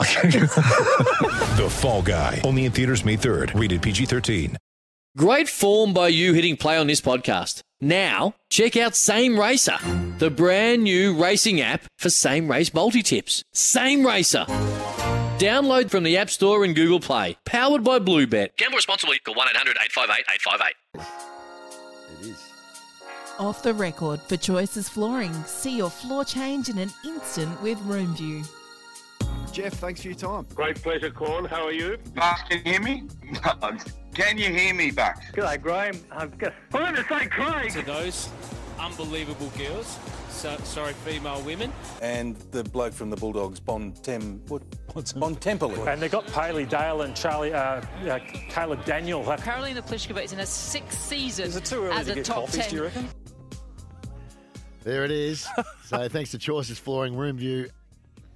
The Fall Guy. Only in theaters May 3rd. Rated PG-13. Great form by you hitting play on this podcast. Now, check out Same Racer, the brand new racing app for same race multi tips. Same Racer. Download from the App Store and Google Play. Powered by Bluebet. Gamble responsibly. Call 1 800 858 858. Off the record for Choices Flooring. See your floor change in an instant with RoomView. Jeff, thanks for your time. Great pleasure, Corn. How are you? Buck, can you hear me? can you hear me, Buck? G'day, Graham. I'm good. I'm going to say Craig. those unbelievable girls. So, sorry, female women. And the bloke from the Bulldogs, Bon Tem, what, Bon Tempoli. And they got Paley Dale and Charlie, uh, uh, Caleb Daniel. Carolina Pliskova is in her sixth season Is it too early as to a get top coffees, ten. do you reckon? There it is. so thanks to Choices Flooring Room View.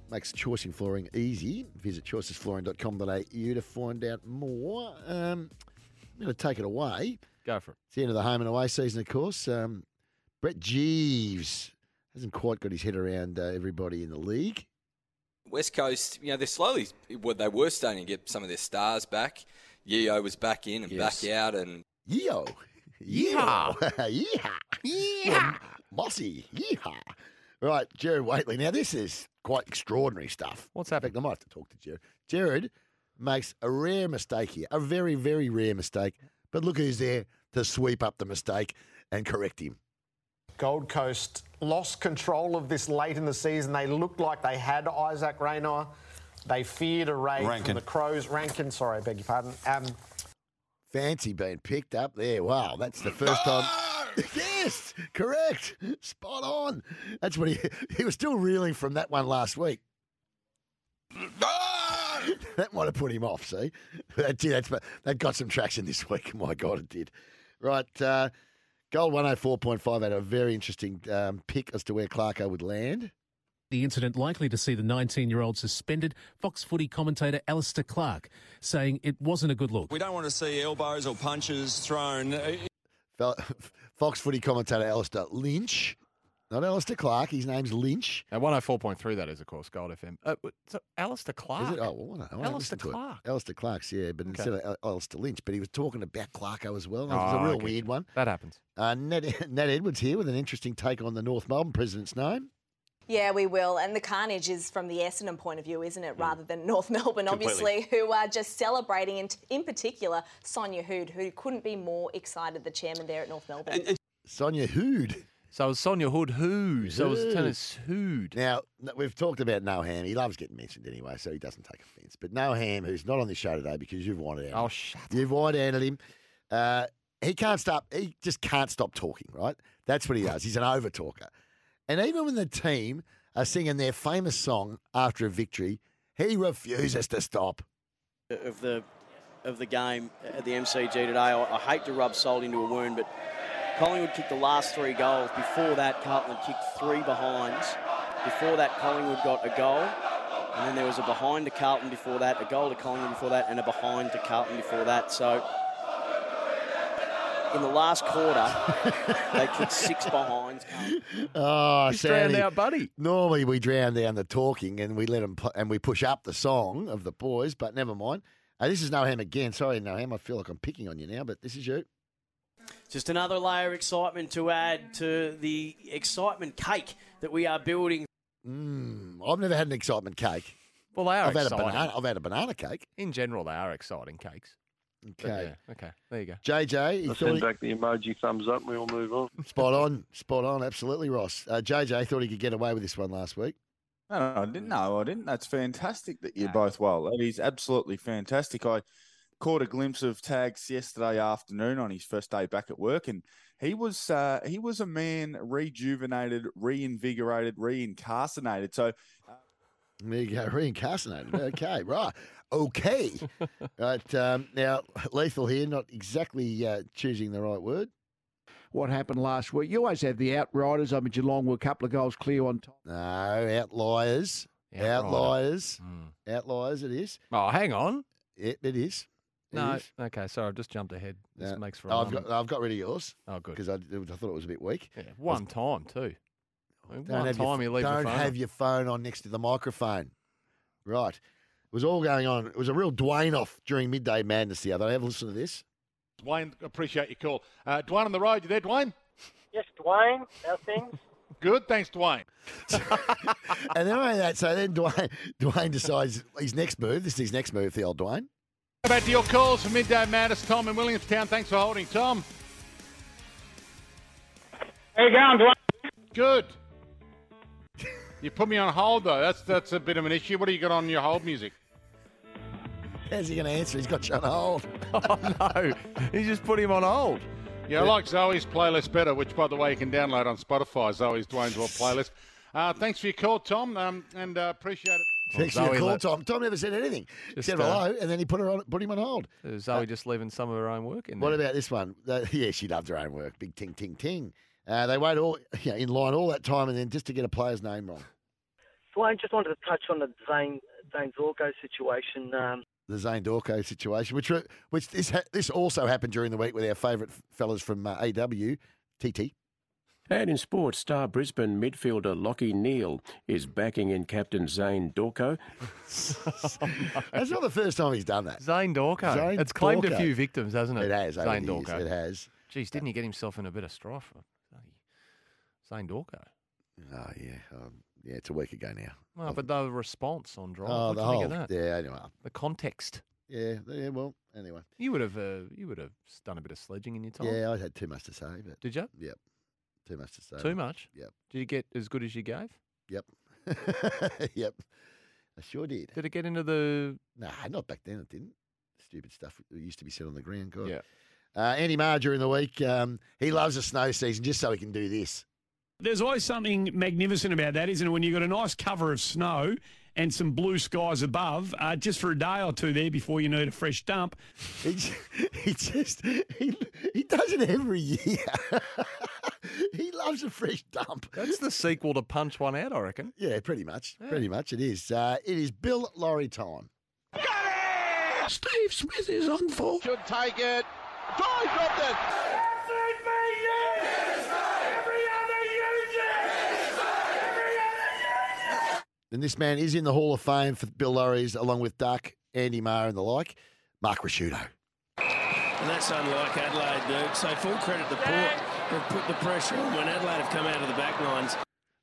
Makes choicing flooring easy. Visit choicesflooring.com.au to find out more. Um, I'm going to take it away. Go for it. It's the end of the home and away season, of course. Um, Brett Jeeves hasn't quite got his head around uh, everybody in the league. West Coast, you know, they're slowly, well, they were starting to get some of their stars back. Yeo was back in and Yes. back out, and Yo. Yeehaw. Yeehaw. Yeehaw. Mossy. Yeehaw. Right, Jared Waitley. Now, this is quite extraordinary stuff. What's happening? I might have to talk to Jared. Jared makes a rare mistake here, a very, very rare mistake. But look who's there to sweep up the mistake and correct him. Gold Coast lost control of this late in the season. They looked like they had Isaac Raynor. They feared a raid Rankin. from the Crows. Rankin, sorry, I beg your pardon. Um, Fancy being picked up there. Wow, that's the first time. Yes, correct. Spot on. That's what he he was still reeling from that one last week. that might have put him off. See, that gee, that's that got some traction this week. My God, it did. Right, uh, gold one hundred four point five had a very interesting um, pick as to where Clarko would land. The incident likely to see the 19 year old suspended, Fox footy commentator Alistair Clark saying it wasn't a good look. We don't want to see elbows or punches thrown. Fel- Fox footy commentator Alistair Lynch, not Alistair Clark. His name's Lynch. At 104.3, that is, of course, Gold FM. Uh, w- so, Alistair Clark. Is it? Oh, well, I don't know. Alistair Clark. Alistair Clark's, yeah, but instead of Al- Alistair Lynch, but he was talking about Clarko as well. It was Oh, a real okay. weird one. That happens. Uh, Nat, Nat Edwards here with an interesting take on the North Melbourne president's name. Yeah, we will. And the carnage is from the Essendon point of view, Mm. isn't it? Rather than North Melbourne, obviously, who are just celebrating, and in particular, Sonia Hood, who couldn't be more excited, the chairman there at North Melbourne. Sonia Hood. So it was Sonia Hood who? So it was Who? tennis Hood. Now, n- we've talked about Noham. He loves getting mentioned anyway, so he doesn't take offence. But Noham, who's not on the show today because you've wanted out. Oh, shut You've white-handed him. Uh, he can't stop. He just can't stop talking. Right? That's what he does. He's an over-talker. And even when the team are singing their famous song after a victory, he refuses to stop. of the of the game at the MCG today. I, I hate to rub salt into a wound, but Collingwood kicked the last three goals. Before that, Carlton had kicked three behinds. Before that, Collingwood got a goal, and then there was a behind to Carlton before that, a goal to Collingwood before that, and a behind to Carlton before that. So. In the last quarter, they kicked six behinds. Oh, He's drowned Sandy. out, buddy. Normally we drown down the talking and we let them pl- and we push up the song of the boys, but never mind. Uh, this is Noham again. Sorry, Noham. I feel like I'm picking on you now, but this is you. Just another layer of excitement to add to the excitement cake that we are building Mm, I've never had an excitement cake. Well, they are I've had, a exciting. banana, I've had a banana cake. In general, they are exciting cakes. But Okay. yeah, okay. There you go. JJ, he I thought send he, back the emoji thumbs up and we all move on. spot on, spot on, absolutely, Ross. Uh, JJ thought he could get away with this one last week. No, no, I Hmm. didn't. No, I didn't. That's fantastic that you're both well. That is absolutely fantastic. I caught a glimpse of Tags yesterday afternoon on his first day back at work, and he was uh, he was a man rejuvenated, reinvigorated, reincarcerated. So There you go, reincarcerated. Okay, right. Okay. right. Um, now, lethal here, not exactly uh, choosing the right word. What happened last week? You always have the outriders. I mean, Geelong were a couple of goals clear on top. No, outliers. Outrider. Outliers. Hmm. Outliers, it is. Oh, hang on. It, it is. It No. is. Okay. Sorry, I've just jumped ahead. This No. makes for. Oh, I've long- got, I've got rid of yours. Oh, good. Because I, I thought it was a bit weak. Oh, Yeah, one time too. Don't One have time your- you leave Don't the phone. have your phone on next to the microphone. Right. It was all going on. It was a real Dwayne off during midday madness the other day. Have a listen to this. Dwayne, appreciate your call. Uh, Dwayne on the road, you there, Dwayne? Yes, Dwayne, how things? Good, thanks, Dwayne. and then only that, so then Dwayne, Dwayne decides his next move. This is his next move, the old Dwayne. Back to your calls for Midday Madness. Tom in Williamstown, thanks for holding, Tom. How you going, Dwayne? Good. You put me on hold though. That's that's a bit of an issue. What do you got on your hold music? How's he going to answer? He's got you on hold. Oh no, he just put him on hold. Yeah, I like Zoe's playlist better, which by the way you can download on Spotify. Zoe's Dwayne's World playlist. Uh, thanks for your call, Tom, um, and uh, appreciate it. Thanks for your call, Tom. Tom never said anything. He Just, said uh, hello, and then he put her on, put him on hold. Uh, Zoe just leaving some of her own work in there. What about this one? Uh, yeah, she loved her own work. Big ting, ting, ting. Uh, they wait all you know, in line all that time, and then just to get a player's name wrong. Dwayne, just wanted to touch on the Zane, Zane Zorko situation. Um, the Zane Dorco situation, which re- which this ha- this also happened during the week with our favourite f- fellas from uh, AW, TT. And in sports, star Brisbane midfielder Lockie Neal is backing in captain Zane Dorco. That's not the first time he's done that. Zane Dorco. Zane it's claimed Dorco. a few victims, hasn't It it? has over Zane the years, Dorco. it has. Geez, didn't he get himself in a bit of strife? Bloody Zane Dorco. Oh yeah, um, yeah, it's a week ago now. Well, but the response on drive. Oh, what the do you whole think of that? yeah. Anyway, The context. yeah, yeah. Well, anyway, You would have. Uh, you would have done a bit of sledging in your time. yeah, I had too much to say. But Did you? Yep, too much to say. Too much. Yep, Did you get as good as you gave? yep, yep. I sure did. Did it get into the? Nah, not back then. It didn't. Stupid stuff that used to be said on the ground. God. Yeah. Uh, Andy Marr during the week, um, he loves the snow season just so he can do this. There's always something magnificent about that, isn't it? When you've got a nice cover of snow and some blue skies above, uh, just for a day or two there before you need a fresh dump. He, he just he, he does it every year. he loves a fresh dump. That's the sequel to Punch One Out, I reckon. Yeah, pretty much. Pretty much it is. Uh, it is Bill Laurie time. Steve Smith is on for. Should take it. Drive Robden. And this man is in the Hall of Fame for Bill Laurie's, along with Duck, Andy Marr, and the like. Mark Rasciuto. And that's unlike Adelaide, dude. So full credit to Port. They've put the pressure on when Adelaide have come out of the back lines.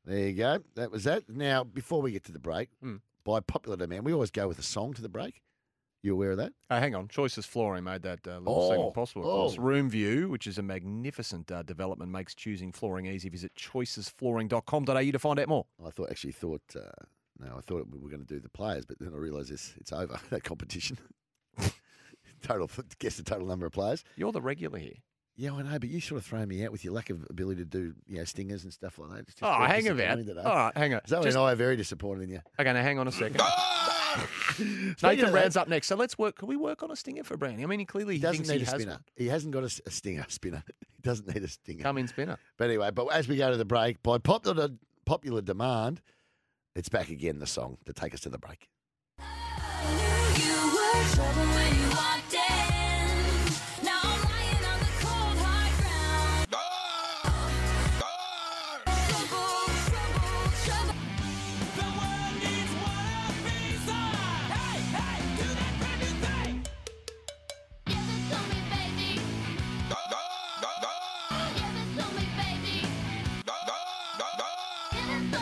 There you go. That was that. Now, before we get to the break, Hmm. by popular demand, we always go with a song to the break. You aware of that? Oh, hang on. Choices Flooring made that uh, little segment Oh, possible. Of course, oh. Room View, which is a magnificent uh, development, makes choosing flooring easy. Visit choicesflooring.com.au to find out more. I thought actually thought uh, no, I thought we were going to do the players, but then I realised this it's over that competition. total guess the total number of players. You're the regular here. Yeah, I know, but you sort of throw me out with your lack of ability to do you know stingers and stuff like that. It's just Oh, very hang disappointing about. today. All right, hang on. Zoe Just- and I are very disappointed in you. Okay, now hang on a second. Speaking Nathan of that- Brown's up next. So let's work. Can we work on a stinger for Brownie? I mean, he clearly He doesn't thinks need he a has spinner. one. He hasn't got a, s- a stinger spinner. He doesn't need a stinger. Come in spinner. But anyway, but as we go to the break, by popular popular demand, it's back again the song to take us to the break. And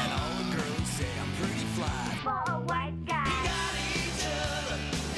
all the girls say I'm pretty fly. For a white guy. You gotta eat